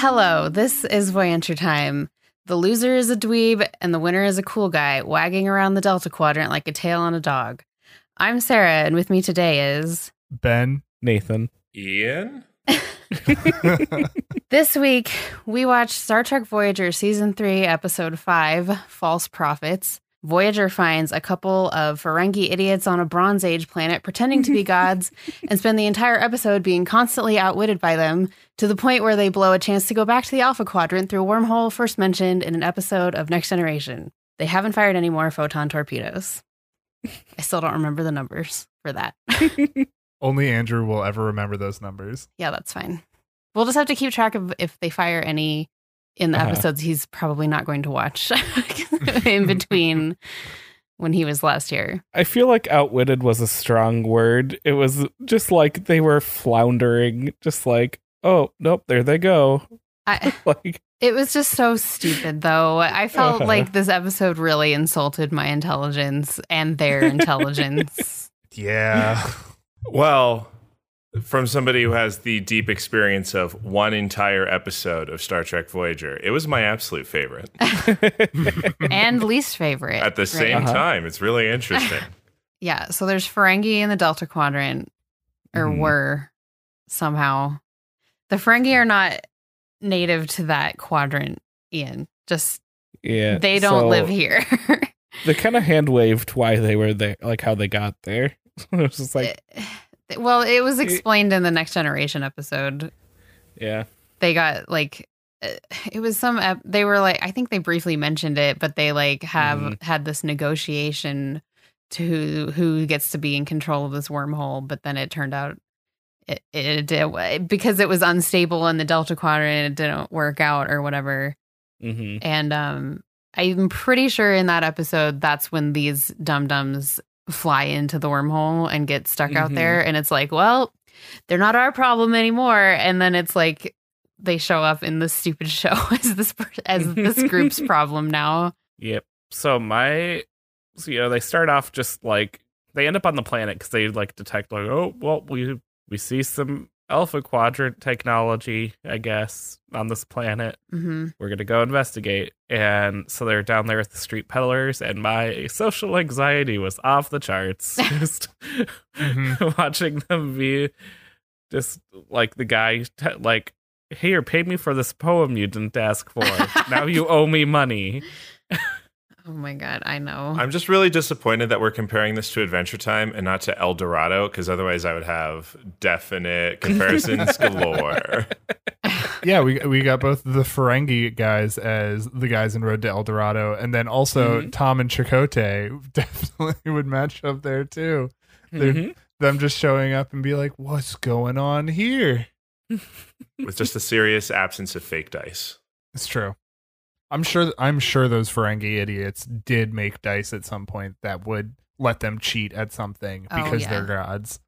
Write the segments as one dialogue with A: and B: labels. A: So this is Voyancher time. The loser is a dweeb and the winner is a cool guy wagging around the Delta Quadrant like a tail on a dog. I'm Sarah, and with me today is.
B: Ben.
C: Nathan.
D: Ian?
A: This week, we watched Star Trek Voyager Season 3, Episode 5 False Prophets. Voyager finds a couple of Ferengi idiots on a Bronze Age planet pretending to be gods and spend the entire episode being constantly outwitted by them to the point where they blow a chance to go back to the Alpha Quadrant through a wormhole first mentioned in an episode of Next Generation. They haven't fired any more photon torpedoes. I still don't remember the numbers for that.
B: Only Andrew will ever remember those numbers.
A: Yeah, that's fine. We'll just have to keep track of if they fire any in the
C: Uh-huh.
A: episodes he's probably not going to watch in between when he was last here.
C: I feel like outwitted was a strong word. It was just like they were floundering, just like, oh, nope, there they go.
A: I,
C: like,
A: it was just so stupid, though. I felt
C: Uh-huh.
A: like this episode really insulted my intelligence and their intelligence.
B: Yeah.
D: Well, from somebody who has the deep experience of one entire episode of Star Trek Voyager, it was my absolute favorite.
A: and least favorite.
D: At the
A: right?
D: same
C: Uh-huh.
D: time, it's really interesting.
A: Yeah, so there's Ferengi in the Delta Quadrant, or
D: Mm-hmm.
B: Mhm.
A: were somehow. The Ferengi are not native to that quadrant, Ian. Just
C: yeah.
A: they don't
C: so
A: live here.
C: They kind of hand waved why they were there, like how they got there. it was just like,
A: well, it was explained in the Next Generation episode.
C: yeah.
A: They got like uh, it was some ep- they were like I think they briefly mentioned it, but they like have
C: Mhm.
A: had this negotiation to who who gets to be in control of this wormhole, but then it turned out it, it, it because it was unstable in the Delta Quadrant, it didn't work out or whatever.
C: Mm-hmm.
A: And um, I'm pretty sure in that episode, that's when these dum dums fly into the wormhole and get stuck out
C: Mhm.
A: there. And it's like, well, they're not our problem anymore. And then it's like they show up in this stupid show as this per- as this group's problem now.
C: Yep. So my, so, you know, they start off just like they end up on the planet because they like detect like, oh, well, we we see some Alpha Quadrant technology, I guess, on this planet.
A: hmm
C: We're gonna go investigate. And so they're down there with the street peddlers, and my social anxiety was off the charts. just
B: Mhm.
C: watching them be just like the guy, t- like. Here, pay me for this poem you didn't ask for. now you owe me money.
A: Oh my god, I know.
D: I'm just really disappointed that we're comparing this to Adventure Time and not to El Dorado, because otherwise I would have definite comparisons galore.
B: yeah, we we got both the Ferengi guys as the guys in Road to El Dorado, and then also
A: Mm-hmm.
B: Tom and Chakotay definitely would match up there too. They're-
C: Mhm.
B: Them just showing up and be like, "What's going on here?"
D: With just a serious absence of fake dice.
B: It's true. I'm sure. I'm sure those Ferengi idiots did make dice at some point that would let them cheat at something
A: Oh,
B: because
A: yeah.
B: they're gods,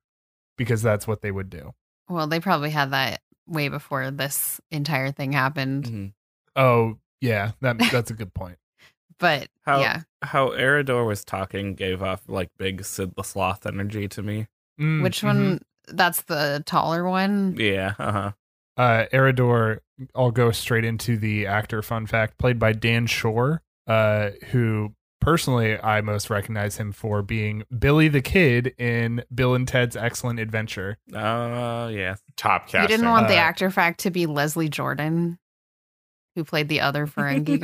B: because that's what they would do.
A: well, they probably had that way before this entire thing happened.
C: Mm. Mm-hmm.
B: Oh yeah, that that's a good point.
A: But
C: How
A: yeah,
C: how Eridor was talking gave off like big Sid the Sloth energy to me.
B: Mm,
A: which
B: mhm.
A: one? That's the taller one.
C: Yeah, uh-huh.
B: uh Eridor, I'll go straight into the actor fun fact, played by Dan Shore, uh, who personally I most recognize him for being Billy the Kid in Bill and Ted's Excellent Adventure.
C: Oh yeah.
D: Top
A: You
D: casting.
A: didn't want the
B: Uh,
A: actor fact to be Leslie Jordan, who played the other Ferengi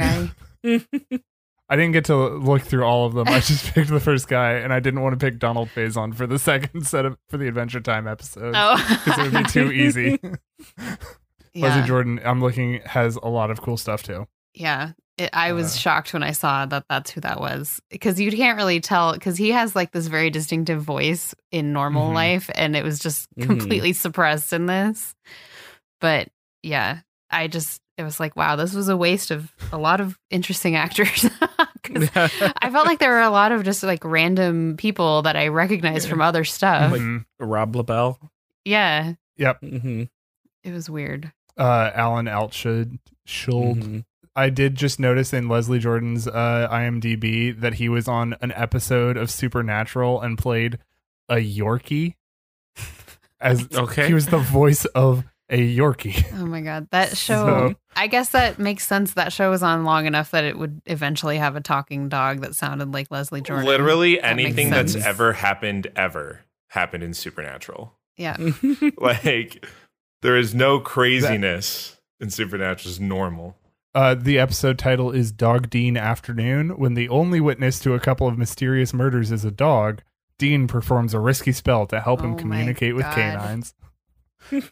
A: guy.
B: I didn't get to look through all of them. I just picked the first guy, and I didn't want to pick Donald Faison for the second set of for the Adventure Time episode. Because it would be
A: oh,
B: too easy. Leslie
A: yeah,
B: Jordan, I'm looking, has a lot of cool stuff too.
A: yeah. It, I was
B: Uh.
A: shocked when I saw that that's who that was because you can't really tell because he has like this very distinctive voice in normal
B: Mhm.
A: life, and it was just
B: Mm-hmm.
C: Mhm.
A: completely suppressed in this. But yeah, I just it was like wow, this was a waste of a lot of interesting actors. 'Cause I felt like there were a lot of just like random people that I recognized from other stuff.
C: Like-
B: Mhm.
C: Rob LaBelle.
A: Yeah,
B: Yep.
C: Mm-hmm.
A: it was weird.
B: Uh, Alan Altshould, Schuld.
C: Mm-hmm.
B: I did just notice in Leslie Jordan's uh, IMDb that he was on an episode of Supernatural and played a Yorkie. As
C: Okay.
B: he was the voice of a Yorkie.
A: Oh my god, that show!
B: So-
A: I guess that makes sense. That show was on long enough that it would eventually have a talking dog that sounded like Leslie Jordan.
D: Literally
A: That makes
D: anything that's
A: sense.
D: ever happened ever happened in Supernatural.
A: yeah.
D: like there is no craziness in Supernatural is normal.
B: Uh, the episode title is Dog Dean Afternoon. When the only witness to a couple of mysterious murders is a dog, Dean performs a risky spell to help
A: Oh
B: him
A: my
B: communicate with
A: God.
B: canines.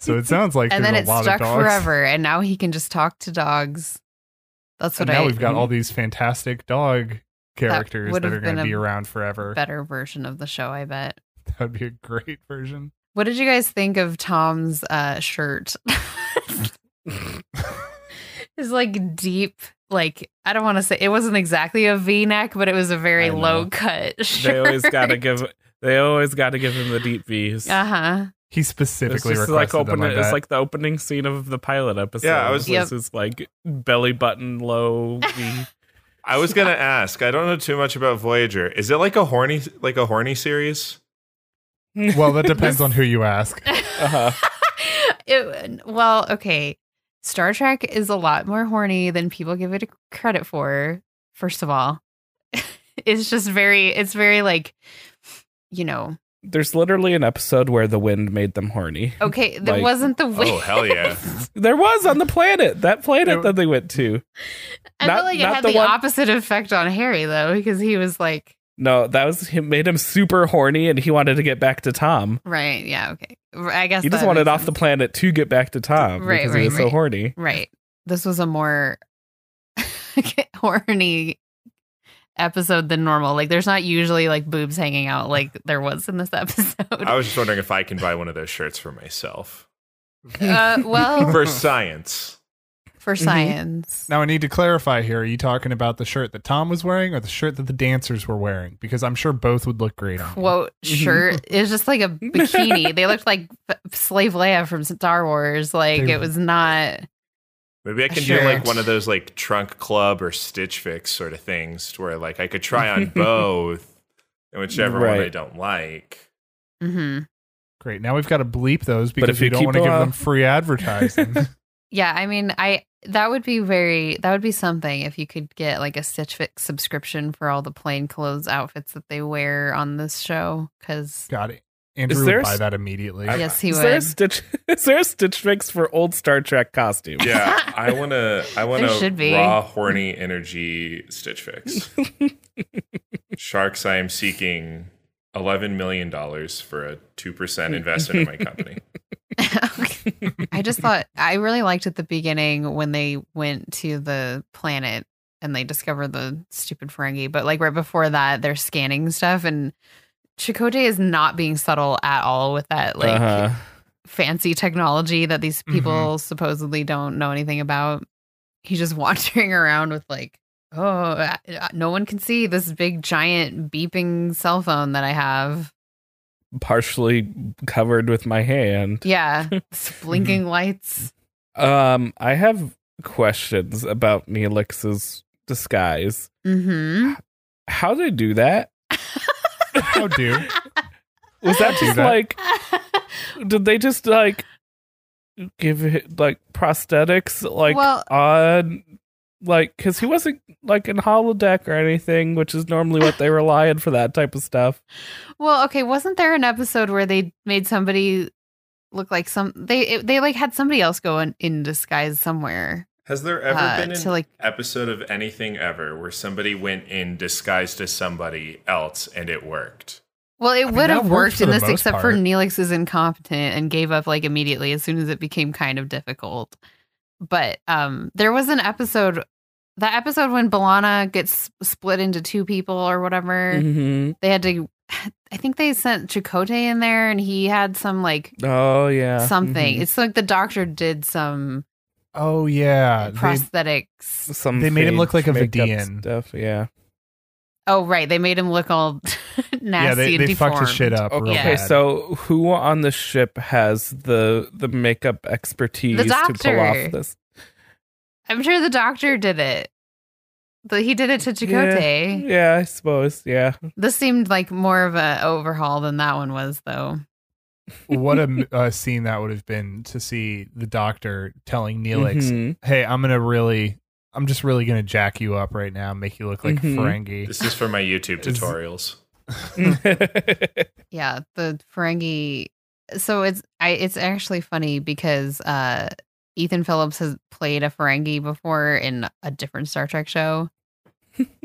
B: So it sounds like
A: and
B: there's
A: then
B: a
A: it
B: lot
A: stuck
B: of dogs.
A: forever, and now he can just talk to dogs. That's
B: And
A: what
B: now
A: I
B: we've got all these fantastic dog characters
A: Mm-hmm.
B: that,
A: would've
B: are
A: been
B: going to
A: a
B: be around forever.
A: better version of the show. I bet.
B: That would be a great version.
A: What did you guys think of Tom's uh, shirt? it's like deep, like I don't want to say it wasn't exactly a V neck, but it was a very
C: I know.
A: low cut shirt.
C: they always gotta give. They always gotta give him the deep V's.
A: Uh huh.
B: He
C: It's
B: specifically
C: just
B: requested
C: like
B: them
C: open.
B: like
C: it's
B: that.
C: like the opening scene of the pilot episode.
D: Yeah, I was-
A: Yep.
C: this is like belly button low V.
D: I was gonna ask. I don't know too much about Voyager. Is it like a horny like a horny series?
B: well, that depends on who you ask.
C: Uh-huh.
A: it, well, okay. Star Trek is a lot more horny than people give it credit for. First of all, it's just very, it's very like, you know,
C: There's literally an episode where the wind made them horny.
A: okay, there
C: Like,
A: wasn't the
D: Oh hell yeah.
C: There was on the planet that planet
B: It-
C: that they went to.
A: I
C: not-
A: feel like it
C: not
A: had
C: the
A: the,
C: one-
A: opposite effect on Harry though, because he was like,
C: No, that was him made him super horny, and he wanted to get back to Tom.
A: right, yeah, okay. I guess
C: He just
A: that
C: wanted
A: makes
C: off the
A: sense.
C: planet to get back to Tom
A: Right,
C: because
A: right,
C: he was so
A: right.
C: horny.
A: right. This was a more horny episode than normal. Like, there's not usually like boobs hanging out like there was in this episode.
D: I was just wondering if I can buy one of those shirts for myself.
A: Uh, well, for,
D: For science.
C: Mhm.
A: science.
B: Now I need to clarify here. Are you talking about the shirt that Tom was wearing or the shirt that the dancers were wearing? Because I'm sure both would look great on. you.
A: Quote
C: Mhm.
A: shirt is just like a bikini. they looked like f- slave Leia from Star Wars. Like
B: They-
A: it was not.
D: Maybe I can
A: Sure.
D: do like one of those like trunk club or Stitch Fix sort of things to where like I could try on both and whichever one I
C: Right.
D: don't like.
A: hmm
B: Great. Now we've got to bleep those because
C: if
B: we
C: you
B: don't
C: keep
B: want to give
C: them
B: them
C: up-
B: free advertising.
A: Yeah, I mean, I that would be very that would be something if you could get like a Stitch Fix subscription for all the plain clothes outfits that they wear on this show. Because
B: got it. Andrew
C: there
B: would
C: a
B: buy
C: s-
B: that immediately.
D: I-
A: yes, he
C: is
A: would.
C: there a stitch? Is there a stitch fix for old Star Trek costume?
D: Yeah, I want to. I want
A: There
D: a
A: should be.
D: raw, horny energy Stitch Fix. Sharks, I am seeking eleven million dollars for a two percent investment in my company.
A: I just thought I really liked at the beginning when they went to the planet and they discovered the stupid Ferengi. But like right before that, they're scanning stuff, and Chakotay is not being subtle at all with that like
C: Uh-huh.
A: fancy technology that these people
B: Mhm.
A: supposedly don't know anything about. He's just wandering around with like, oh, I- I- no one can see this big giant beeping cell phone that I have.
C: partially covered with my hand.
A: Yeah, it's blinking lights.
C: Um, I have questions about Neelix's disguise.
A: Mm-hmm.
C: How did I do that?
B: How do?
C: Was that
B: do
C: just
B: that.
C: like?
B: Ah.
C: Did they just like give it like prosthetics like
A: Well-
C: on? Like, because he wasn't like in holodeck or anything, which is normally what they rely on for that type of stuff.
A: well, okay. Wasn't there an episode where they made somebody look like some? They it, they like had somebody else go in, in disguise somewhere.
D: Has there ever
A: Uh,
D: been an
A: to, like-
D: episode of anything ever where somebody went in disguised as somebody else and it worked?
A: Well, it
B: mean,
A: would
B: that
A: have
B: worked
A: worked
B: for
A: in
B: the
A: this,
B: most
A: except for
B: part.
A: Neelix is incompetent and gave up like immediately as soon as it became kind of difficult. But um, there was an episode, the episode when Balana gets split into two people or whatever.
C: Mm-hmm.
A: They had to, I think they sent Chakotay in there, and he had some like
C: Oh yeah,
A: something.
B: Mm-hmm.
C: Mhm.
A: It's like the doctor did some
B: Oh yeah. They-
A: prosthetics.
C: Some
B: They made him look like
C: fake
B: a
C: makeup
B: Vidian.
C: stuff. Yeah.
A: oh, right, they made him look all nasty
B: yeah, they,
A: and
B: they
A: deformed.
B: fucked his shit up. real
C: Okay,
B: bad.
C: so who on the ship has the the makeup expertise to pull
A: doctor.
C: off this?
A: I'm sure the doctor did it. But he did it to Chakotay.
C: Yeah, I suppose. Yeah.
A: This seemed like more of a overhaul than that one was, though.
B: what a uh, scene that would have been to see the doctor telling Neelix,
C: Mhm.
A: Mm-hmm.
B: "Hey, I'm gonna really, I'm just really gonna jack you up right now, make you look like
A: Mm-hmm.
C: Mhm.
B: Ferengi."
D: This is for my YouTube
B: Is-
D: tutorials.
A: yeah the ferengi so it's i it's actually funny because uh ethan phillips has played a ferengi before in a different star trek show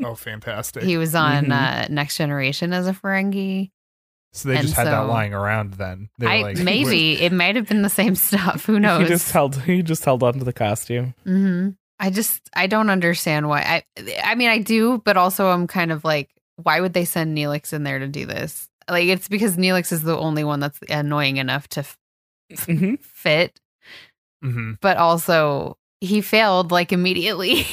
B: Oh, fantastic!
A: he was on
B: Mm-hmm.
C: Mhm.
A: uh next generation as a ferengi
B: so they
A: and
B: just had that
A: so-
B: lying around. Then they were
A: i
B: like,
A: maybe it might have been the same stuff who knows
C: He just held. He just held on to the costume.
A: hmm I just I don't understand why. I I mean I do, but also I'm kind of like, why would they send Neelix in there to do this? Like it's because Neelix is the only one that's annoying enough to f-
B: Mm-hmm.
C: Mhm.
A: fit,
B: Mhm.
A: but also he failed like immediately.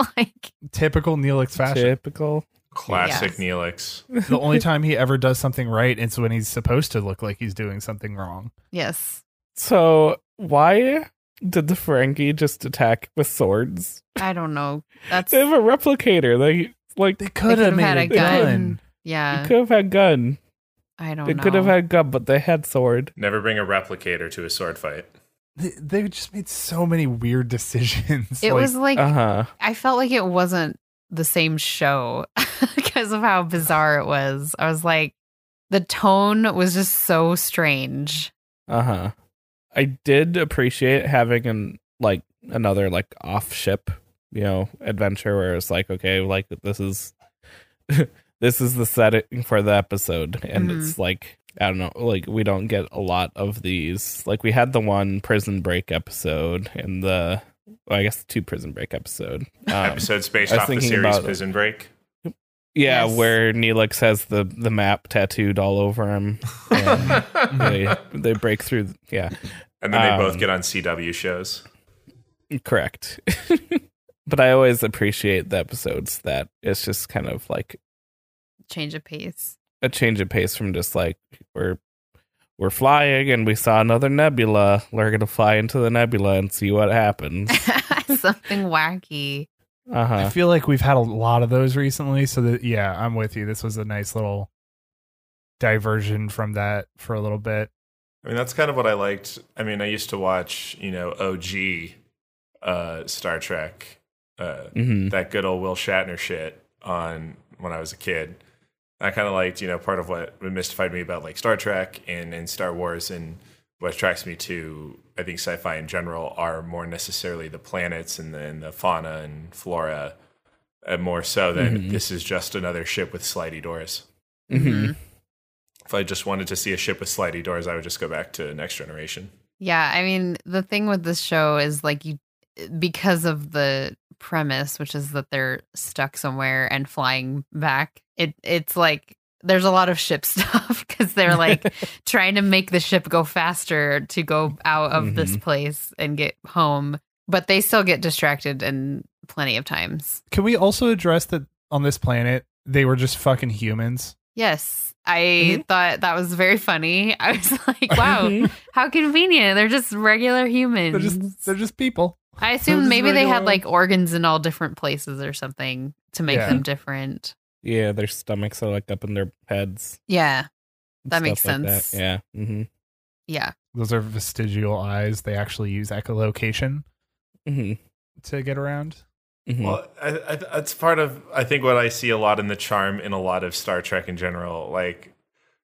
A: like
B: typical Neelix fashion.
C: Typical.
D: Classic
A: Yes.
D: Neelix.
B: the only time he ever does something right is when he's supposed to look like he's doing something wrong.
A: yes,
C: So why did the Ferengi just attack with swords?
A: I don't know. That's
C: They have a replicator. They like
B: They
A: They
B: could have
A: could've
B: made
A: had
B: a
A: a
B: gun.
A: gun.
C: they
A: yeah. Oh,
C: could have had gun.
A: I don't.
C: They
A: know.
C: could have had gun, but they had sword.
D: Never bring a replicator to a sword fight.
B: They, they just made so many weird decisions.
A: It
B: like,
A: was like
C: Uh huh.
A: I felt like it wasn't the same show because of how bizarre it was. I was like, the tone was just so strange.
C: Uh huh. I did appreciate having an like another like off ship, you know, adventure where it's like, okay, like this is this is the setting for the episode, and
A: Mhm.
C: it's like I don't know, like we don't get a lot of these. Like we had the one prison break episode and the. Well, I guess the two prison break episode. Um,
D: Episodes based
C: I was
D: off the
C: thinking
D: series
C: about-
D: Prison Break.
C: yeah,
A: Yes.
C: where Neelix has the the map tattooed all over him. And they they break through. Yeah,
D: And then they both
C: Um,
D: get on CW shows.
C: Correct. but I always appreciate the episodes that it's just kind of like
A: Change of pace.
C: a change of pace from just like we're we're flying and we saw another nebula. We're gonna fly into the nebula and see what happens.
A: Something wacky.
C: Uh
B: I
C: huh.
B: feel like we've had a lot of those recently. So that yeah, I'm with you. This was a nice little diversion from that for a little bit.
D: I mean, that's kind of what I liked. I mean, I used to watch, you know, OG uh, Star Trek, uh,
C: hmm
D: that good old Will Shatner shit on when I was a kid. I kind of liked, you know, part of what mystified me about like Star Trek and, and Star Wars and what attracts me to, I think, sci fi in general are more necessarily the planets and the, and the fauna and flora, uh, more so than
C: Mhm.
D: this is just another ship with slidey doors.
C: hmm
A: Mhm.
D: If I just wanted to see a ship with slidey doors, I would just go back to Next Generation.
A: Yeah, I mean, the thing with this show is like you, because of the premise, which is that they're stuck somewhere and flying back. It it's like there's a lot of ship stuff because they're like trying to make the ship go faster to go out of
B: Mm-hmm.
A: this place and get home, but they still get distracted and plenty of times.
B: Can we also address that on this planet they were just fucking humans?
A: Yes, I
B: Mm-hmm.
A: thought that was very funny. I was like, wow,
C: Mhm.
A: how convenient. They're just regular humans.
B: They're just they're just people.
A: I
B: just
A: assume maybe they had
B: regular-
A: like organs in all different places or something to make
B: Yeah.
A: them different.
C: Yeah, their stomachs are like up in their heads.
A: Yeah.
C: and
A: That makes
C: stuff like that.
A: sense.
C: Yeah. hmm
A: Yeah.
B: Those are vestigial eyes. They actually use echolocation
C: hmm
B: to get around.
C: hmm
D: Well, I, I, that's part of I think what I see a lot in the charm in a lot of Star Trek in general. Like,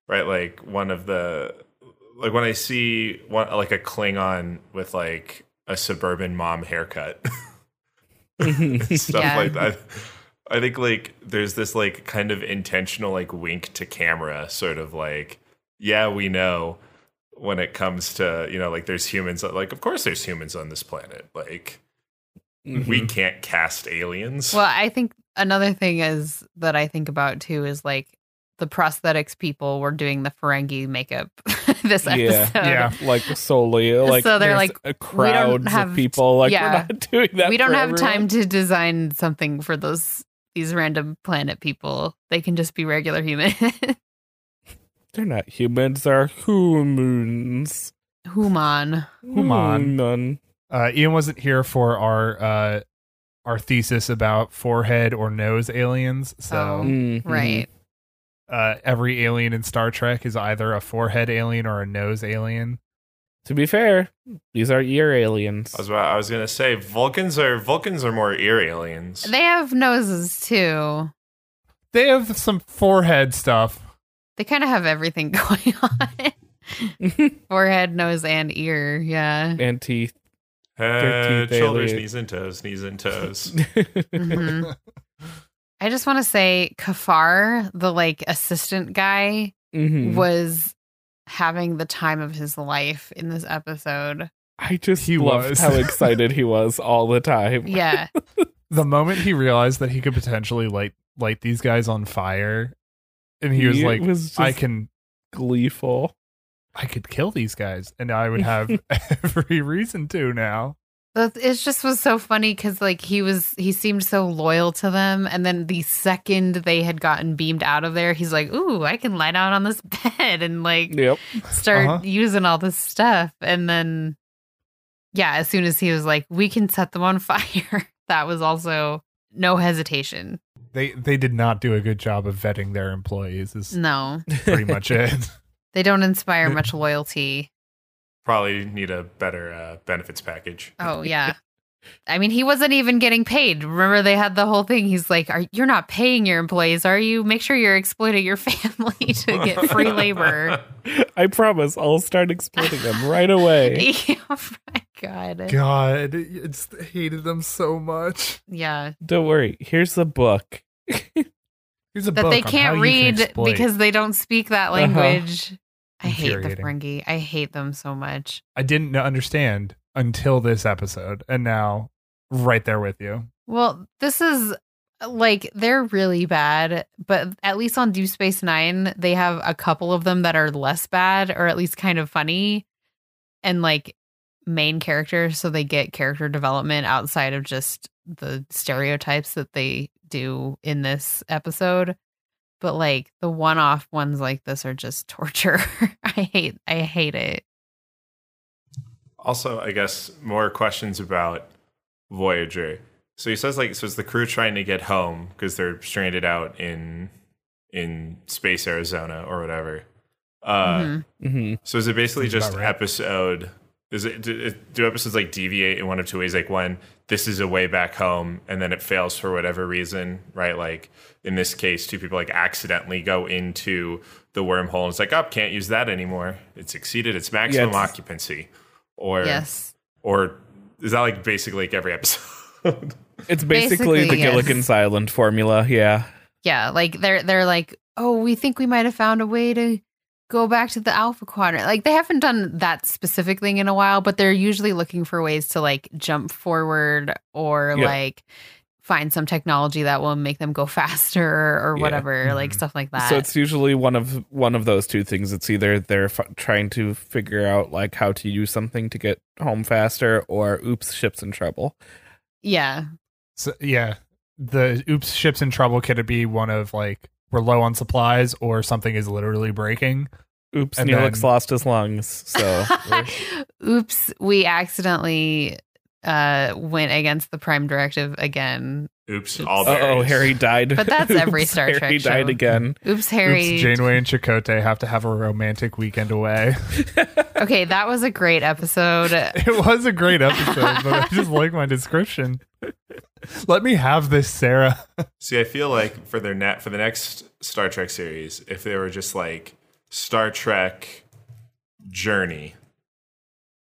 D: right, like one of the like when I see one like a Klingon with like a suburban mom haircut,
C: Mm-hmm.
D: stuff
A: Yeah.
D: like that. I think like there's this like kind of intentional like wink to camera sort of like yeah we know when it comes to you know like there's humans like of course there's humans on this planet like we can't cast aliens
A: Mm-hmm. Well, I think another thing is that I think about too is like the prosthetics people were doing the Ferengi makeup this
C: Yeah.
A: episode.
B: Yeah.
C: Mm-hmm. like solely like
A: So they're
C: there's
A: like,
C: a crowds
A: have-
C: of people like
A: yeah.
C: we're not doing that
A: we don't
C: for
A: have
C: everyone.
A: time to design something for those these random planet people. They can just be regular human
C: They're not humans, they're humans.
A: human.
B: Human.
C: Human.
B: Uh, Ian wasn't here for our uh, our thesis about forehead or nose aliens, so
A: Oh.
C: Mhm.
A: Right.
B: uh, every alien in Star Trek is either a forehead alien or a nose alien.
C: To be fair, these are ear aliens.
D: I was about, I was gonna say Vulcans are Vulcans are more ear aliens.
A: They have noses too.
B: They have some forehead stuff.
A: They kind of have everything going on forehead, nose, and ear. Yeah.
C: and teeth.
D: Uh,
C: 13th
D: shoulders,
C: alien.
D: knees, and toes, knees and toes.
A: Mhm. I just want to say Kafar, the like assistant guy,
C: Mhm.
A: was having the time of his life in this episode.
C: I just
B: He
C: loved
B: was.
C: how excited he was all the time.
A: Yeah.
B: The moment he realized that he could potentially light light these guys on fire, and he was like,
C: was
B: "I
C: just
B: can,
C: gleeful.
B: I could kill these guys, and I would have every reason to now."
A: That- It just was so funny because like he was he seemed so loyal to them, and then the second they had gotten beamed out of there, he's like, "Ooh, I can lie down on this bed and like
C: Yep.
A: start
B: Uh-huh.
A: using all this stuff." And then, yeah, as soon as he was like, "We can set them on fire," that was also no hesitation.
B: They they did not do a good job of vetting their employees. Is
A: No,
B: pretty much it.
A: they don't inspire much loyalty.
D: Probably need a better uh, benefits package.
A: Oh yeah. I mean, he wasn't even getting paid. Remember, they had the whole thing. He's like, "Are you're not paying your employees? Are you? Make sure you're exploiting your family to get free labor."
C: I promise I'll start exploiting them right away.
A: Yeah, oh my god.
B: God, it's hated them so much.
A: Yeah,
C: Don't worry. Here's the book.
B: Here's a
A: that
B: book
A: they
B: on
A: can't
B: how you can
A: read
B: exploit.
A: because they don't speak that
C: Uh-huh.
A: language. I hate the
B: Infuriating.
A: Ferengi. I hate them so much.
B: I didn't understand until this episode, and now right there with you.
A: Well, this is uh, like they're really bad, but at least on Deep Space Nine, they have a couple of them that are less bad or at least kind of funny and like main characters. So they get character development outside of just the stereotypes that they do in this episode. But like the one off ones like this are just torture. I hate I hate it.
D: Also, I guess more questions about Voyager. So he says like so it's the crew trying to get home because they're stranded out in in space Arizona or whatever. Uh,
A: Mhm.
C: hmm
D: So is it basically
B: Sounds
D: just
B: about right.
D: episode? Is it do, do episodes like deviate in one of two ways? Like one, this is a way back home, and then it fails for whatever reason, right? Like in this case, two people like accidentally go into the wormhole, and it's like, oh, can't use that anymore. It's exceeded its maximum
C: it's-
D: occupancy, or
A: Yes.
D: or is that like basically like every episode?
C: It's basically,
A: Basically,
C: the
A: yes.
C: Gilligan's Island formula. Yeah.
A: Yeah, like they're they're like, oh, we think we might have found a way to go back to the Alpha Quadrant. Like they haven't done that specific thing in a while, but they're usually looking for ways to like jump forward or
C: Yeah.
A: like find some technology that will make them go faster or
C: Yeah. mm-hmm.
A: whatever, like
B: Mhm.
A: stuff like that.
C: So it's usually one of one of those two things. It's either they're f- trying to figure out like how to use something to get home faster, or oops, ship's in trouble.
A: yeah.
B: So yeah, the oops ship's in trouble could it be one of like we're low on supplies or something is literally breaking.
C: Oops,
B: And
C: Neelix
B: then-
C: lost his lungs. So we're-
A: Oops, we accidentally uh went against the prime directive again.
D: Oops, all
C: Uh oh,
D: berries.
C: Harry died.
A: But that's every Star
C: Harry
A: Trek show.
C: died again.
A: Oops, Harry.
B: Oops, Janeway and Chakotay have to have a romantic weekend away.
A: okay, that was a great episode.
B: it was a great episode, but I just like my description. Let me have this, Sarah.
D: See, I feel like for their net for the next Star Trek series, if they were just like Star Trek Journey,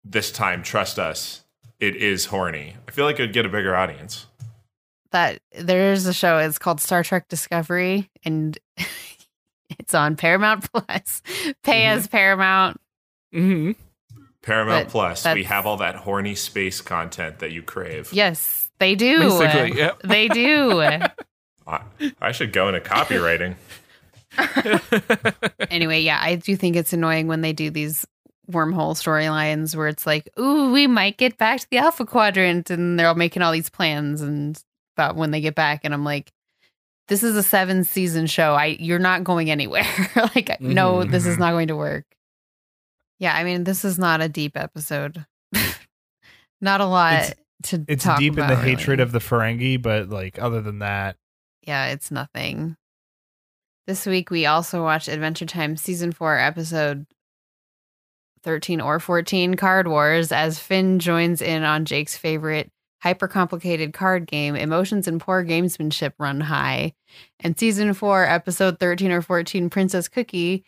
D: this time, trust us, it is horny. I feel like it would get a bigger audience.
A: that there's a show it's called star trek discovery and it's on paramount plus pay as paramount
C: hmm
D: Paramount
A: But
D: Plus, we
A: that's-
D: have all that horny space content that you crave.
A: yes they do
C: Basically, yep.
A: they do
D: I, I should go into copywriting.
A: anyway yeah i do think it's annoying when they do these wormhole storylines where it's like ooh we might get back to the alpha quadrant and they're all making all these plans and about when they get back and i'm like this is a seven season show i you're not going anywhere like no this is
B: Mhm.
A: not going to work yeah i mean this is not a deep episode not a lot
B: It's-
A: to
B: It's
A: talk
B: deep in the
A: about,
B: hatred
A: really.
B: of the Ferengi, but like other than that,
A: yeah it's nothing This week we also watched Adventure Time season 4 episode 13 or 14 Card Wars as Finn joins in on Jake's favorite hyper complicated card game Emotions and Poor Gamesmanship Run High. And season 4 episode 13 or 14 Princess Cookie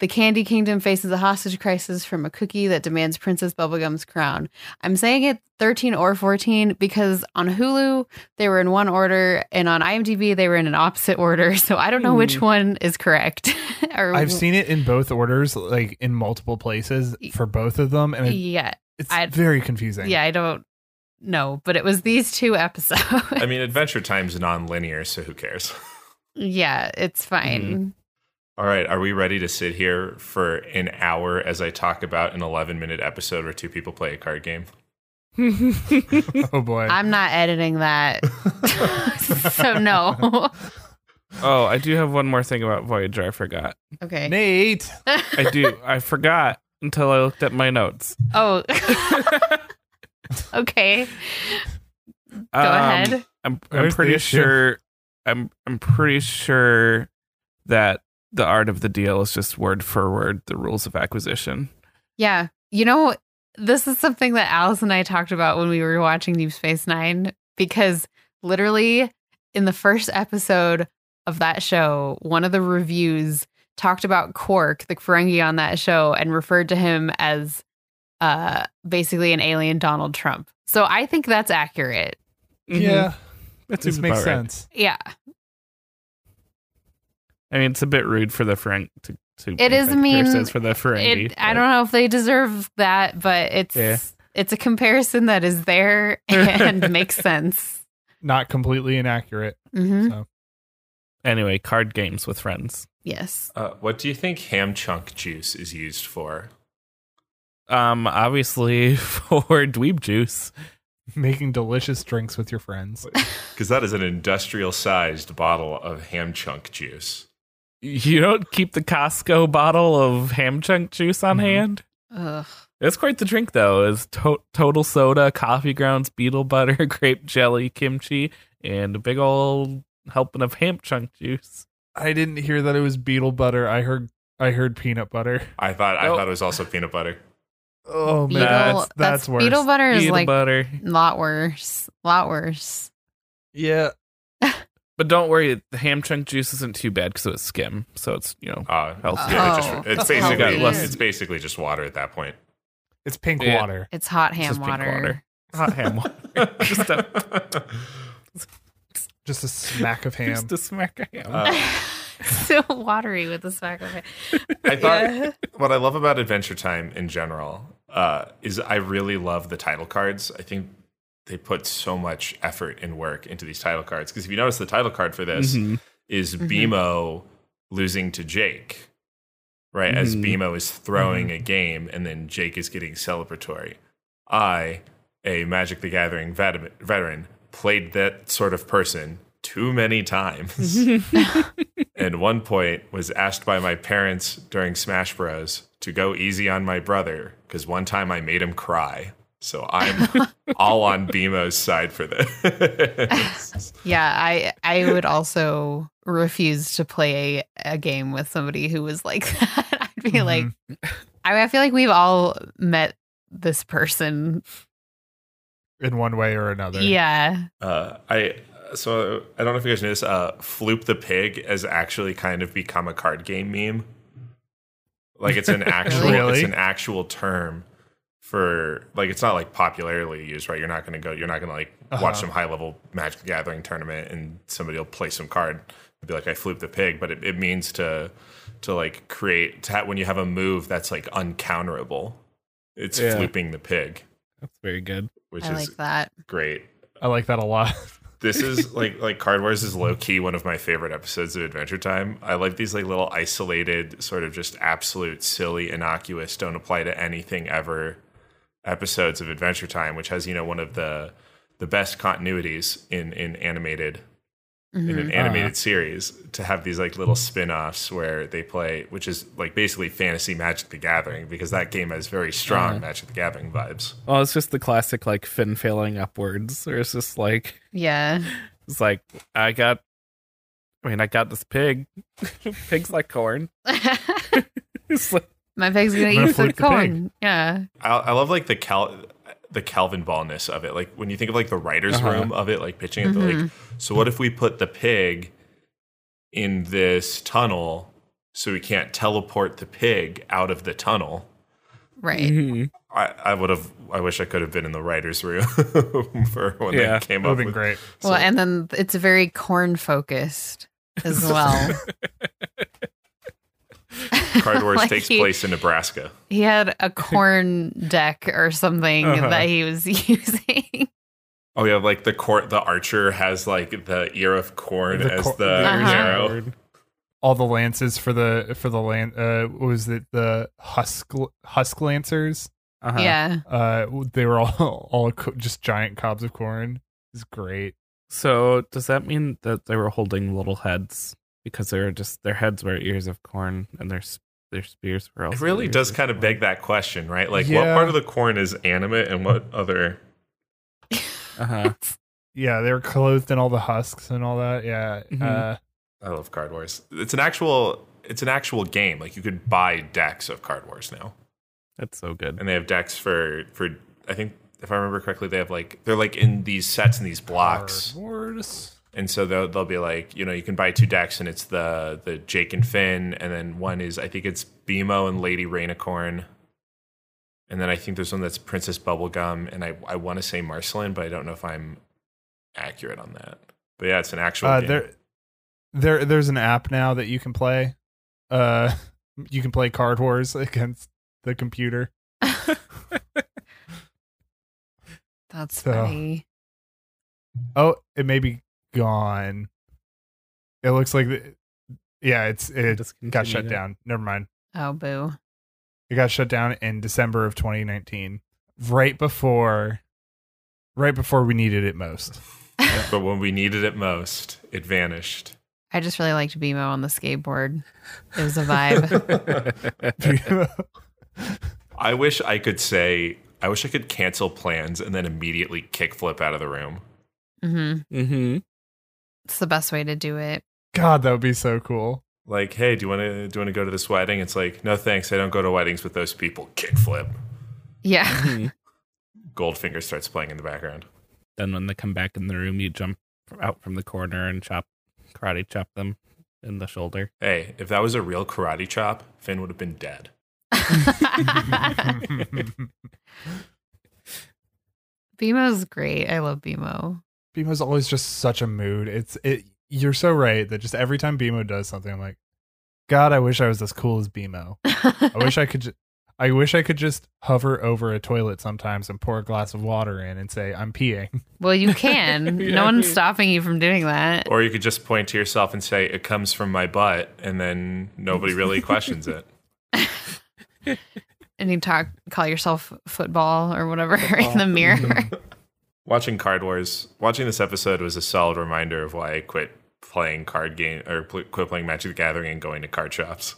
A: the Candy Kingdom faces a hostage crisis from a cookie that demands Princess Bubblegum's crown. I'm saying it 13 or 14 because on Hulu they were in one order and on IMDb they were in an opposite order. So I don't know which one is correct. or
B: Hmm. I've seen it in both orders, like in multiple places for both of them, and it,
A: yeah,
B: it's
A: I-
B: very confusing.
A: yeah, I don't know, but it was these two episodes.
D: I mean, Adventure Time's non-linear, so who cares?
A: yeah, it's fine.
D: All right, are we ready to sit here for an hour as I talk about an 11-minute episode where two people play a card game?
B: Oh boy.
A: I'm not editing that. so no.
C: Oh, I do have one more thing about Voyager. I forgot.
A: okay.
B: Nate.
C: I do. I forgot until I looked at my notes.
A: Oh. okay.
C: Um,
A: Go ahead.
C: I'm, I'm
B: Where's the
C: pretty
B: issue?
C: sure. I'm I'm pretty sure that the art of the deal is just word for word the rules of acquisition.
A: Yeah. You know, this is something that Alice and I talked about when we were watching Deep Space Nine, because literally in the first episode of that show, one of the reviews talked about Quark, the Ferengi on that show, and referred to him as uh, basically an alien Donald Trump. So I think that's accurate. Mm-hmm.
B: Yeah,
C: that
B: this
C: seems
B: makes
C: about right.
B: sense.
A: Yeah.
C: I mean, it's a bit rude for the Frank to. to
A: It is
C: make
A: mean,
C: Curses for the Ferengi.
A: It, I
C: but-
A: don't know if they deserve that, but it's
C: Yeah.
A: it's a comparison that is there and makes sense.
B: Not completely inaccurate.
A: hmm
C: Anyway, card games with friends.
A: Yes.
D: Uh, what do you think ham chunk juice is used for?
C: Um, obviously for Dweeb Juice.
B: Making delicious drinks with your friends.
D: Because that is an industrial-sized bottle of ham chunk juice.
C: You don't keep the Costco bottle of ham chunk juice on
B: Mhm.
C: hand.
A: Ugh.
C: It's quite the drink, though. Is to- total soda, coffee grounds, beetle butter, grape jelly, kimchi, and a big old helping of ham chunk juice.
B: I didn't hear that it was beetle butter. I heard I heard peanut butter.
D: I thought I
C: Nope.
D: thought it was also peanut butter.
B: Oh man,
A: Beetle,
B: that's, that's, worse.
A: Beetle butter is
C: Beetle
A: like a
C: butter.
A: lot worse. Lot worse.
B: yeah,
C: But don't worry, the ham chunk juice isn't too bad because it was skim, so it's you know
D: Uh, yeah,
C: healthy.
D: it
A: Oh.
D: just, it's
B: That's
D: basically
C: healthy.
D: it's basically just water at that point.
B: it's pink
C: Yeah.
B: water.
A: It's hot ham
C: just pink
A: water.
C: water.
A: Oh.
C: Hot ham water. just a
B: Just a smack of ham.
C: just a smack of ham.
D: Uh,
A: so watery with the smack of it.
D: I thought
A: Yeah.
D: what I love about Adventure Time in general uh, is I really love the title cards. I think they put so much effort and work into these title cards because if you notice, the title card for this
C: Mhm.
D: is
A: Mhm.
D: Bimo losing to Jake, right? As
C: Mhm.
D: Bimo is throwing a game and then Jake is getting celebratory. I, a Magic the Gathering vet- veteran, played that sort of person too many times. and one point was asked by my parents during Smash Bros to go easy on my brother because one time I made him cry. So I'm all on Bimo's side for this.
A: Yeah, I I would also refuse to play a, a game with somebody who was like that. I'd
B: Mm-hmm.
A: be like I mean, I feel like we've all met this person.
B: in one way or another.
A: Yeah.
D: Uh, I so I don't know if you guys knew this. Uh, Floop the pig has actually kind of become a card game meme. Like it's an actual
B: Really?
D: it's an actual term for like it's not like popularly used, right? You're not gonna go, you're not gonna like
B: Uh-huh.
D: watch some high level Magic the Gathering tournament and somebody will play some card and be like, I floop the pig, but it, it means to to like create to ha- when you have a move that's like uncounterable. It's
C: Yeah.
D: flooping the pig,
C: That's very good.
D: which
A: I
D: is
A: like that.
D: great
B: I like that a lot.
D: this is like like card wars is low key one of my favorite episodes of adventure time i like these like little isolated sort of just absolute silly innocuous don't apply to anything ever episodes of adventure time which has you know one of the the best continuities in in animated in
A: Mhm.
D: an animated series to have these like little spin-offs where they play which is like basically fantasy magic the gathering because that game has very strong magic the gathering vibes
C: Well, it's just the classic like Finn failing upwards, or it's just like
A: Yeah.
C: it's like I got I mean, I got this pig. Pigs like corn. It's like-
A: My pig's gonna
B: I'm gonna
A: eat some
B: flute the pig.
A: corn. Yeah.
D: I, I love like the Cal, the Calvin ballness of it. Like when you think of like the writers'
C: Uh-huh.
D: room of it, like pitching it. they're
A: Mhm.
D: Like, so what if we put the pig in this tunnel so we can't teleport the pig out of the tunnel?
A: Right.
C: Mhm.
D: I, I would have. I wish I could have been in the writers' room for when
C: Yeah,
D: they came
B: That would
D: up
B: been
D: with.
B: great.
D: so-
A: Well, and then it's very corn focused as well.
D: Card Wars
A: Like
D: takes
A: he-
D: place in Nebraska.
A: He had a corn deck or something
C: Uh-huh.
A: that he was using.
D: Oh yeah, like the court. The archer has like the ear of corn
B: The
D: as
B: cor-
D: the
A: ear
B: the
A: of
D: arrow.
C: corn.
B: All the lances for the for the land. Uh, what was it the husk husk lancers?
C: Uh-huh.
A: Yeah.
B: Uh, they were all all co- just giant cobs of corn. It's great.
C: So does that mean that they were holding little heads because they were just their heads were ears of corn and their s- their spears were also
D: It really
C: ears
D: does kind of beg that question, right? Like, what
B: Yeah.
D: part of the corn is animate and what other?
C: Uh huh.
B: Yeah, they were clothed in all the husks and all that. Yeah.
C: Mhm.
B: Uh,
D: I love Card Wars. It's an actual. It's an actual game. Like you could buy decks of Card Wars now,
C: That's so good.
D: and they have decks for for. I think if I remember correctly, they have like they're like in these sets and these blocks,
B: Card Wars.
D: and so they'll they'll be like you know you can buy two decks and it's the the Jake and Finn, and then one is I think it's Bimo and Lady Rainicorn, and then I think there's one that's Princess Bubblegum, and I I want to say Marceline, but I don't know if I'm accurate on that. But yeah, it's an actual.
B: Uh,
D: game.
B: there, there, there's an app now that you can play. Uh, you can play Card Wars against the computer.
A: That's
B: So-
A: funny.
B: Oh, it may be gone. It looks like, the, yeah, it's it got shut
C: Discontinued it.
B: down. Never mind.
A: Oh boo.
B: It got shut down in December of 2019, right before, right before we needed it most.
D: but when we needed it most, it vanished.
A: I just really liked BMO on the skateboard. It was a vibe.
D: I wish I could say, I wish I could cancel plans and then immediately kickflip out of the room.
A: hmm
C: mm-hmm.
A: It's the best way to do it.
B: God, that would be so cool.
D: Like, hey, do you want to do you want to go to this wedding? It's like, no, thanks. I don't go to weddings with those people. Kickflip.
A: Yeah.
C: mm-hmm.
D: Goldfinger starts playing in the background.
C: Then when they come back in the room, you jump from- out from the corner and chop karate chop them in the shoulder.
D: Hey, if that was a real karate chop, Finn would have been dead. Mm-hmm.
A: BMO's great. I love BMO.
B: Bemo's always just such a mood. It's it. You're so right that just every time Bemo does something, I'm like, God, I wish I was as cool as Bemo. I wish I could. Ju- I wish I could just hover over a toilet sometimes and pour a glass of water in and say I'm peeing.
A: well, you can.
C: Yeah.
A: No one's stopping you from doing that.
D: Or you could just point to yourself and say, it comes from my butt, and then nobody really questions it.
A: And you talk, call yourself football or whatever in the
C: Football.
A: mirror.
D: Watching Card Wars, watching this episode was a solid reminder of why I quit playing card game or pl- quit playing Magic the Gathering and going to card shops.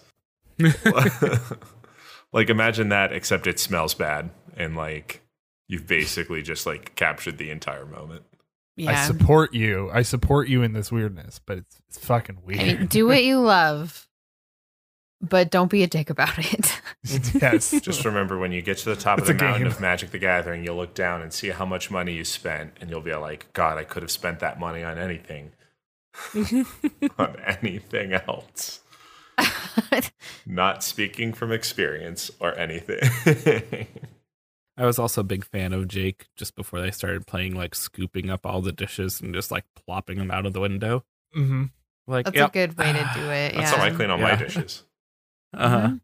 D: like imagine that except it smells bad and like you've basically just like captured the entire moment.
B: I
A: yeah.
B: support you. I support you in this weirdness, but it's, it's fucking
A: I mean,
B: weird.
A: do what you love, but don't be a dick about it.
B: yes.
D: Just remember when you get to the top of
B: It's
D: the
B: a game.
D: mountain of Magic the Gathering, you'll look down and see how much money you spent and you'll be like, "God, I could have spent that money on anything." on anything else. Not speaking from experience or anything.
C: I was also a big fan of Jake just before they started playing, like scooping up all the dishes and just like plopping them out of the window.
B: hmm
C: Like,
A: That's
C: yep.
A: a good way to do it.
D: That's
A: yeah.
D: how I clean all my
C: Yeah.
D: dishes.
C: Uh-huh.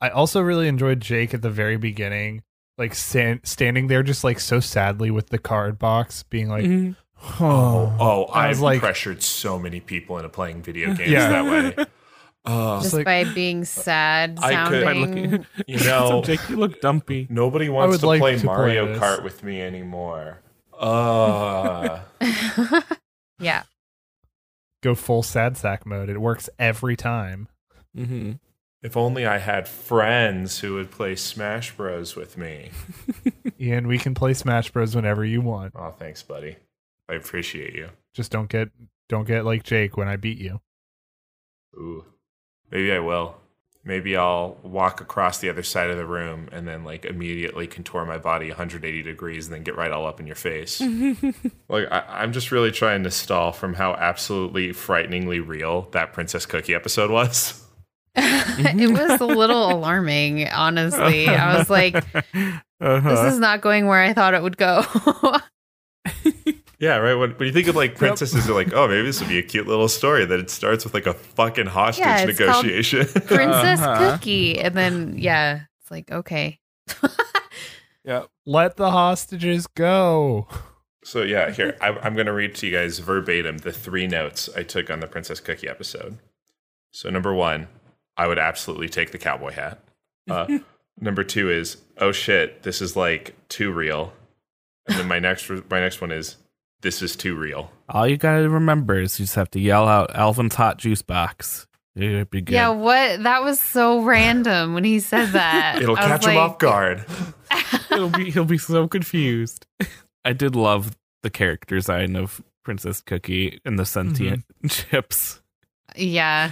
B: I also really enjoyed Jake at the very beginning, like san- standing there just like so sadly with the card box, being like,
C: Mhm.
B: "Oh,
D: Oh,
B: I was
D: I've
B: like-
D: pressured so many people into playing video games
B: Yeah.
D: that way. Oh,
A: Just
B: like-
A: by being sad
D: I could-
A: sounding.
D: By
C: looking-
D: you know,
C: Jake, you look dumpy.
D: nobody
B: I
D: wants
B: would
D: to
B: like
D: play
B: to play
D: Mario
B: this.
D: Kart with me anymore. Uh,
A: yeah.
B: go full sad sack mode. It works every time."
C: Mm-hmm.
D: if only I had friends who would play Smash Bros with me.
B: Ian, we can play Smash Bros whenever you want.
D: Oh, thanks, buddy. I appreciate you.
B: Just don't get don't get like Jake when I beat you.
D: Ooh. Maybe I will. Maybe I'll walk across the other side of the room and then like immediately contour my body 180 degrees and then get right all up in your face.
A: Mm-hmm.
D: like I, I'm just really trying to stall from how absolutely frighteningly real that Princess Cookie episode was. Mm-hmm.
A: it was a little alarming, honestly. I was like, this
B: Uh-huh.
A: is not going where I thought it would go.
D: Yeah, right. When, when you think of like princesses, you're like, oh, maybe this would be a cute little story. That it starts with like a fucking hostage
A: Yeah, it's called
D: negotiation.
A: Princess
C: Uh-huh.
A: Cookie. And then, yeah, it's like, okay.
B: yeah. Let the hostages go.
D: so yeah, here I, I'm going to read to you guys verbatim the three notes I took on the Princess Cookie episode. So number one, I would absolutely take the cowboy hat. Uh, number two is, oh shit, this is like too real. And then my next my next one is, this is too real.
C: All you gotta remember is you just have to yell out Alvin's hot juice box. It'd be good.
A: Yeah, what? That was so random when he said that.
D: It'll
A: I was
D: catch him
A: like,
D: off guard.
C: he'll be he'll be so confused. I did love the character design of Princess Cookie and the sentient chips.
A: Yeah.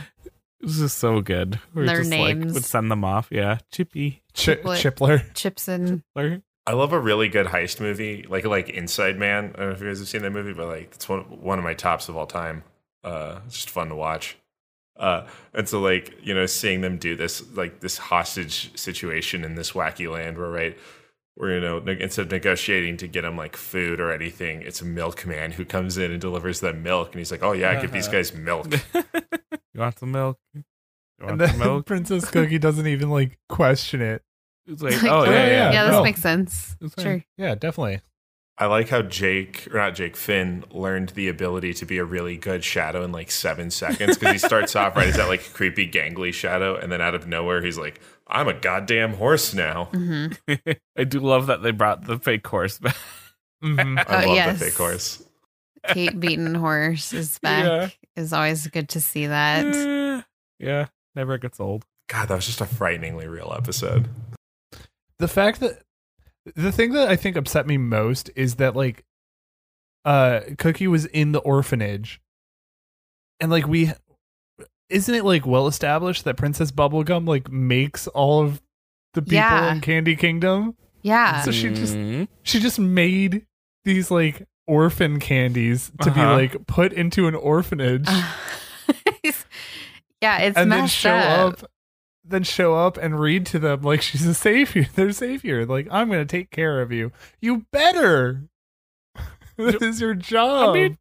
C: It was just so good. We were
A: Their
C: just
A: names.
C: like would send them off. Yeah, Chippy,
B: Ch-
A: Chiplet.
B: Chipler.
A: Chips and
C: Chipler.
D: I love a really good heist movie, like like Inside Man. I don't know if you guys have seen that movie, but like it's one one of my tops of all time. Uh, it's just fun to watch. Uh, and so like you know, seeing them do this like this hostage situation in this wacky land, where right, where you know ne- instead of negotiating to get them like food or anything, it's a milkman who comes in and delivers them milk, and he's like, oh yeah, I give these
C: Uh-huh.
D: guys milk.
C: You want some milk? You want
B: And then
C: some milk?
B: Princess Cookie doesn't even like question it.
C: It's like,
A: Like,
C: oh yeah,
B: oh,
C: yeah.
A: yeah, this
B: no.
A: makes sense.
B: It's like,
A: Sure.
B: Yeah, definitely.
D: I like how Jake, or not Jake Finn, learned the ability to be a really good shadow in like seven seconds because he starts off right as that like creepy, gangly shadow, and then out of nowhere he's like, "I'm a goddamn horse now."
A: hmm
C: I do love that they brought the fake horse back.
B: Mhm.
A: Oh,
D: I love
A: yes.
D: the fake horse.
A: Kate Beaton Horse is back.
C: Yeah.
A: Is always good to see that.
C: Eh, yeah, never gets old.
D: God, that was just a frighteningly real episode.
B: the fact that the thing that I think upset me most is that like uh Cookie was in the orphanage and like we isn't it like well established that Princess Bubblegum like makes all of the people
A: Yeah.
B: in Candy Kingdom?
A: Yeah.
B: So she just
C: Mm.
B: she just made these like orphan candies to be
C: Uh-huh.
B: like put into an orphanage
A: yeah, it's
B: and then
A: messed
B: show
A: up.
B: up. then show up and read to them like she's a savior their savior like i'm gonna take care of you you better this is your job
C: I mean,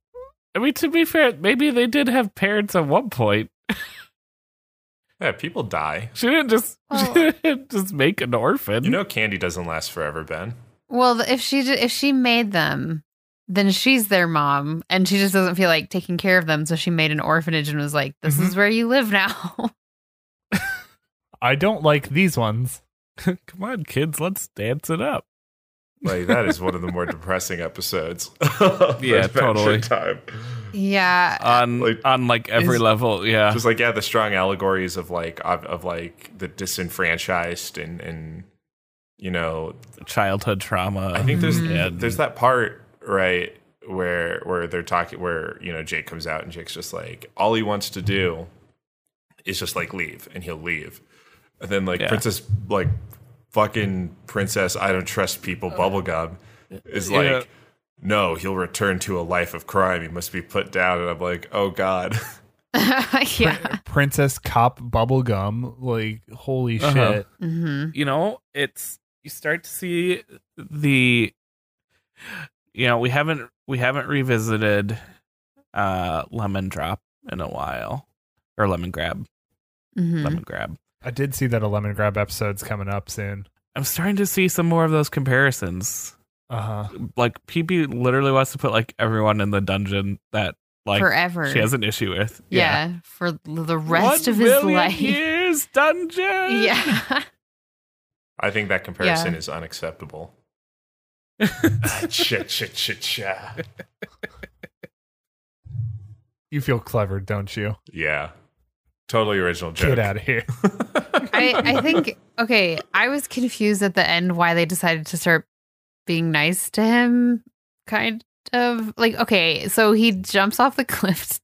C: I mean to be fair, maybe they did have parents at one point.
D: Yeah, people die.
C: She didn't just
A: Well-
C: she didn't just make an orphan.
D: You know, candy doesn't last forever, Ben.
A: Well, if she did, if she made them, then she's their mom, and she just doesn't feel like taking care of them, so she made an orphanage and was like, "This is where you live now."
B: i don't like these ones
C: Come on, kids, let's dance it up.
D: Like that is one of the more depressing episodes. of
C: Yeah,
D: Adventure
C: totally.
D: Time.
A: yeah,
C: On
D: Like-
C: on like every
B: Is-
C: level, yeah.
D: Just like yeah, the strong allegories of like of, of like the disenfranchised and and you know
C: Childhood trauma.
D: I think there's
A: Mhm.
C: Yeah.
D: there's that part right where where they're talking where you know Jake comes out and Jake's just like all he wants to do is just like leave and he'll leave and then like
C: Yeah.
D: princess like fucking princess I don't trust people bubblegum is like
C: Yeah.
D: no he'll return to a life of crime he must be put down and I'm like oh god
A: yeah.
B: princess cop bubblegum like holy
C: Uh-huh.
B: shit
A: hmm
C: you know, it's you start to see the you know, we haven't we haven't revisited uh lemon drop in a while. Or lemon grab.
A: hmm
C: Lemon grab.
B: i did see that a lemon grab episode's coming up soon
C: I'm starting to see some more of those comparisons.
B: uh-huh
C: like PP literally wants to put like everyone in the dungeon that like
A: Forever.
C: she has an issue with.
A: yeah. for l- the rest
C: One
A: of his
C: million
A: life.
C: Years dungeon.
A: Yeah.
D: I think that comparison is unacceptable Ah, shit shit shit shit
B: you feel clever don't you
D: yeah totally original joke
B: get out of here
A: I, I think okay, I was confused at the end why they decided to start being nice to him kind of like okay, so he jumps off the cliff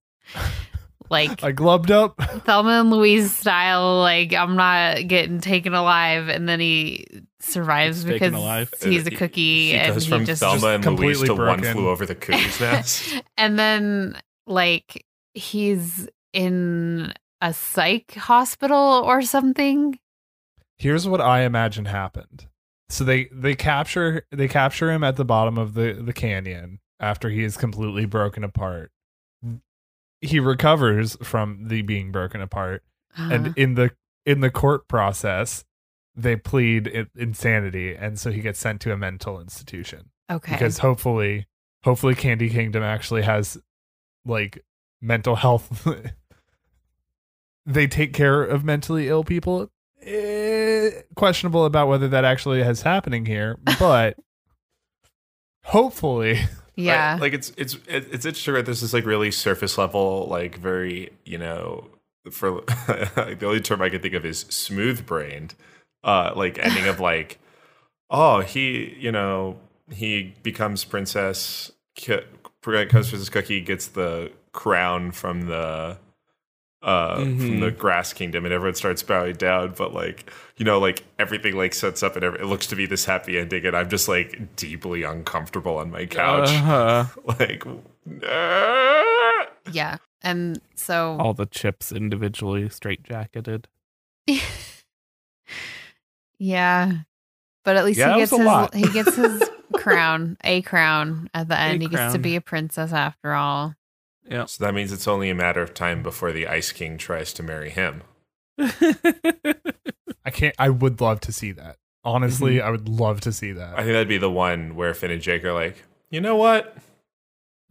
A: like
B: I glubbed up.
A: Thelma and Louise style, like I'm not getting taken alive, and then he survives
E: Gets taken
A: because
E: alive.
A: he's a cookie,
D: She
A: and
D: Uh, goes
A: he
D: from
A: just
D: Thelma and Louise
B: completely
D: to one
B: broken.
D: flew over the cuckoo's nest.
A: and then like he's in a psych hospital or something.
B: Here's what I imagine happened. So they they capture they capture him at the bottom of the the canyon after he is completely broken apart. He recovers from the being broken apart,
A: Uh,
B: and in the in the court process, they plead i- insanity, and so he gets sent to a mental institution.
A: okay,
B: because hopefully hopefully candy kingdom actually has like mental health they take care of mentally ill people Eh, questionable about whether that actually has happening here but hopefully
D: Right,
A: yeah,
D: like it's it's it- it's interesting that this is like really surface level, like very you know for the only term I can think of is smooth brained, uh, like ending of like, oh he you know he becomes princess, ki- becomes princess cookie gets the crown from the. Uh, from
E: Mhm.
D: the grass kingdom, and everyone starts bowing down. But like, you know, like everything like sets up, and every, it looks to be this happy ending, and I'm just like deeply uncomfortable on my couch
C: Uh-huh.
D: like ah!
A: yeah, and so
C: all the chips individually straight jacketed.
A: yeah, but at least
C: Yeah, that
A: he
C: was
A: gets
C: a
A: his
C: lot.
A: he gets his crown, a crown at the end. he gets to
C: crown.
A: be a princess after all.
C: Yeah.
D: so that means it's only a matter of time before the ice king tries to marry him
B: i can't i would love to see that honestly
A: Mm-hmm.
B: i would love to see
D: i
B: that
D: think that'd be the one where finn and jake are like you know what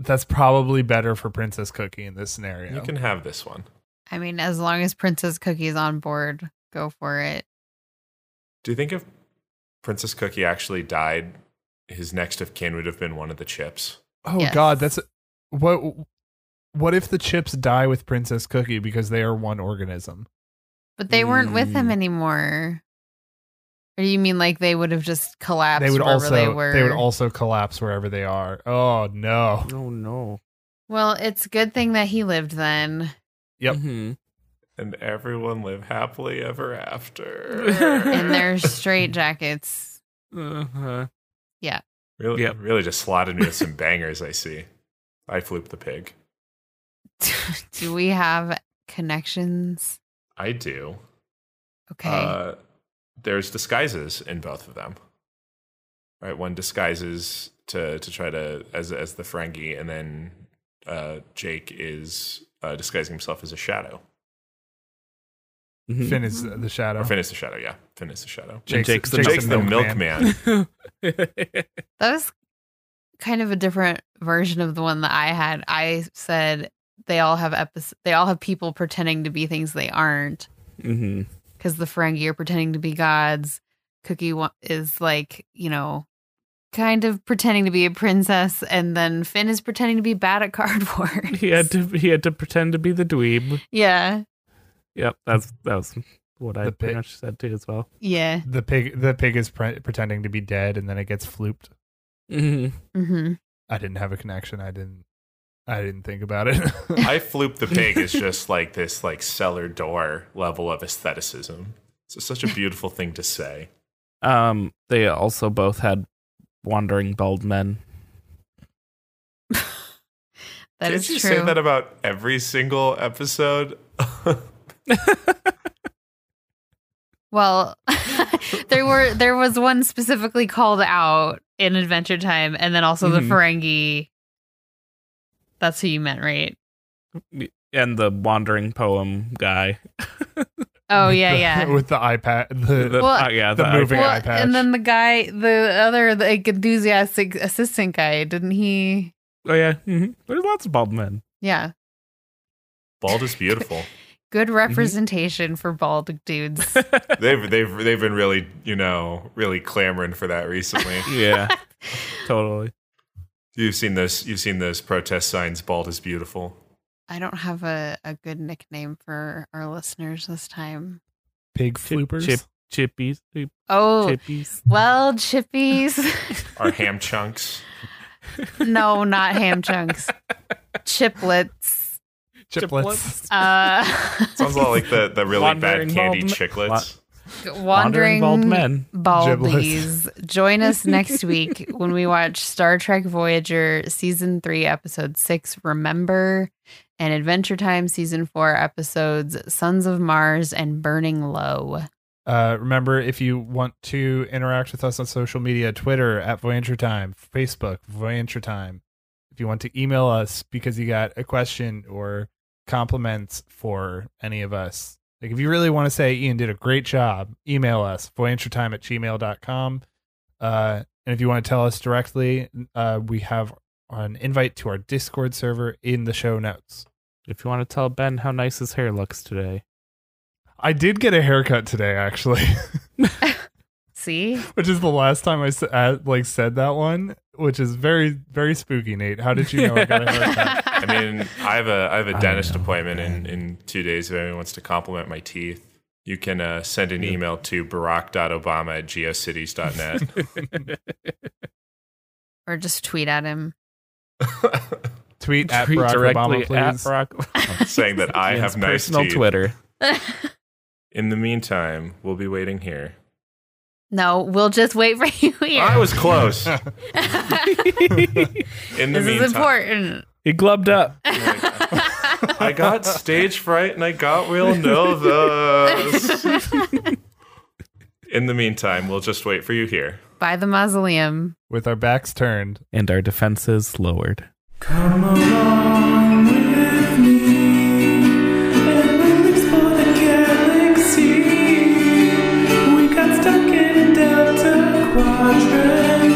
B: that's probably better for princess cookie in this scenario
D: you can have this one
A: I mean, as long as Princess Cookie's on board, go for it.
D: do you think if princess cookie actually died his next of kin would have been one of the chips
B: oh
A: Yes.
B: god that's what what if the chips die with princess cookie because they are one organism
A: But they weren't with him
E: Mm.
A: anymore. Or do you mean like they would have just collapsed?
B: they would
A: wherever
B: also
A: They,
B: they,
A: were?
B: would also collapse wherever they are. Oh no.
E: Oh no.
A: Well, it's a good thing that he lived then.
B: Yep.
C: Mm-hmm.
E: Mhm.
D: and everyone live happily ever after
A: In their straight jackets.
C: Uh-huh.
D: really,
C: Yep.
D: really just slotted me with some bangers i see i floop the pig
A: do we have connections?
D: i do
A: Okay.
D: Uh, there's disguises in both of them. Right, one disguises to to try to as as the Ferengi, and then uh, Jake is uh, disguising himself as a shadow.
E: Mhm.
C: Mm-hmm.
B: Finn is the shadow.
D: Or Finn is the shadow, yeah. Finn Oh. is the shadow.
B: Jake's,
C: Jake's the
D: Jake's the
B: milkman.
D: milkman.
A: that was kind of a different version of the one that I had. I said they all have episodes, they all have people pretending to be things they aren't.
C: Mm-hmm.
E: Mhm.
A: because the Ferengi are pretending to be gods. Cookie wa- is like, you know, kind of pretending to be a princess, and then Finn is pretending to be bad at cardboard.
C: he had to he had to pretend to be the dweeb.
A: yeah,
C: Yep, that's that was what I
B: The
C: pretty
B: pig.
C: much said too as well.
A: yeah.
B: The pig the pig is pre- pretending to be dead and then it gets flooped.
E: Mhm.
A: Mm-hmm.
B: I didn't have a connection. I didn't I didn't think about it.
D: I floop the pig is just like this like cellar door level of aestheticism. It's such a beautiful thing to say.
C: Um, they also both had wandering bald men.
A: That
D: Can't
A: is
D: you
A: true.
D: say that about every single episode?
A: well, there were there was one specifically called out in Adventure Time, and then also
C: Mhm.
A: the Ferengi. That's who you meant, right?
C: And the wandering poem guy.
A: Oh
B: With
A: yeah,
B: the-
A: yeah.
B: With the iPad the,
C: The-
A: Well,
C: uh, yeah,
B: the
C: the-
B: moving eye patch.
A: and then the guy, the other like, enthusiastic assistant guy, didn't he?
C: Oh yeah, mhm. there's lots of bald men.
A: Yeah.
D: Bald is beautiful.
A: Good representation for bald dudes.
D: they've they've they've been really you know really clamoring for that recently.
C: Yeah, totally.
D: you've seen those you've seen those protest signs. Bald is beautiful.
A: I don't have a, a good nickname for our listeners this time.
B: pig
C: Chip-
B: floopers.
C: Chip, chippies,
A: Oh,
C: chippies.
A: well, chippies.
D: Our ham chunks.
A: no, not ham chunks. Chiplets.
B: Chiplets.
A: Uh,
D: Sounds a lot like the, the really
C: Wandering
D: bad candy
C: bald-
D: chiclets.
E: Wandering
A: Uh, wandering
E: bald men.
A: Baldies. Join us next week when we watch Star Trek Voyager Season 3, Episode 6, Remember, and Adventure Time Season 4, Episodes Sons of Mars and Burning Low.
B: Uh, remember, if you want to interact with us on social media, Twitter at Voyager Time, Facebook Voyager Time. If you want to email us because you got a question or compliments for any of us, like if you really want to say Ian did a great job, email us voyagertime at gmail.com. Uh, and if you want to tell us directly, uh, we have an invite to our Discord server in the show notes.
C: If you want to tell Ben how nice his hair looks today,
B: I did get a haircut today, actually.
A: See?
B: which is the last time I s- uh, like said that one, which is very very spooky. Nate, how did you know I got a haircut?
D: I mean, I have a I have a
E: I
D: dentist
E: know,
D: appointment in,
E: man.
D: in two days. If anyone wants to compliment my teeth, you can uh, send an email to barack.obama at geocities.net.
A: Or just tweet at him.
B: Tweet at
C: Tweet
B: Barack
C: directly
B: Obama, please.
C: at Barack.
D: saying that I have
C: Ian's
D: nice
C: personal
D: teeth.
C: Twitter.
D: In the meantime, we'll be waiting here.
A: no, we'll just wait for you here.
D: I was close. In the
A: this is
D: meantime,
A: important.
C: He glubbed up.
D: I got stage fright and I got real nervous. In the meantime, we'll just wait for you here.
A: By the mausoleum.
B: With our backs turned,
C: and our defenses lowered.
F: We got stuck in Delta Quadrant.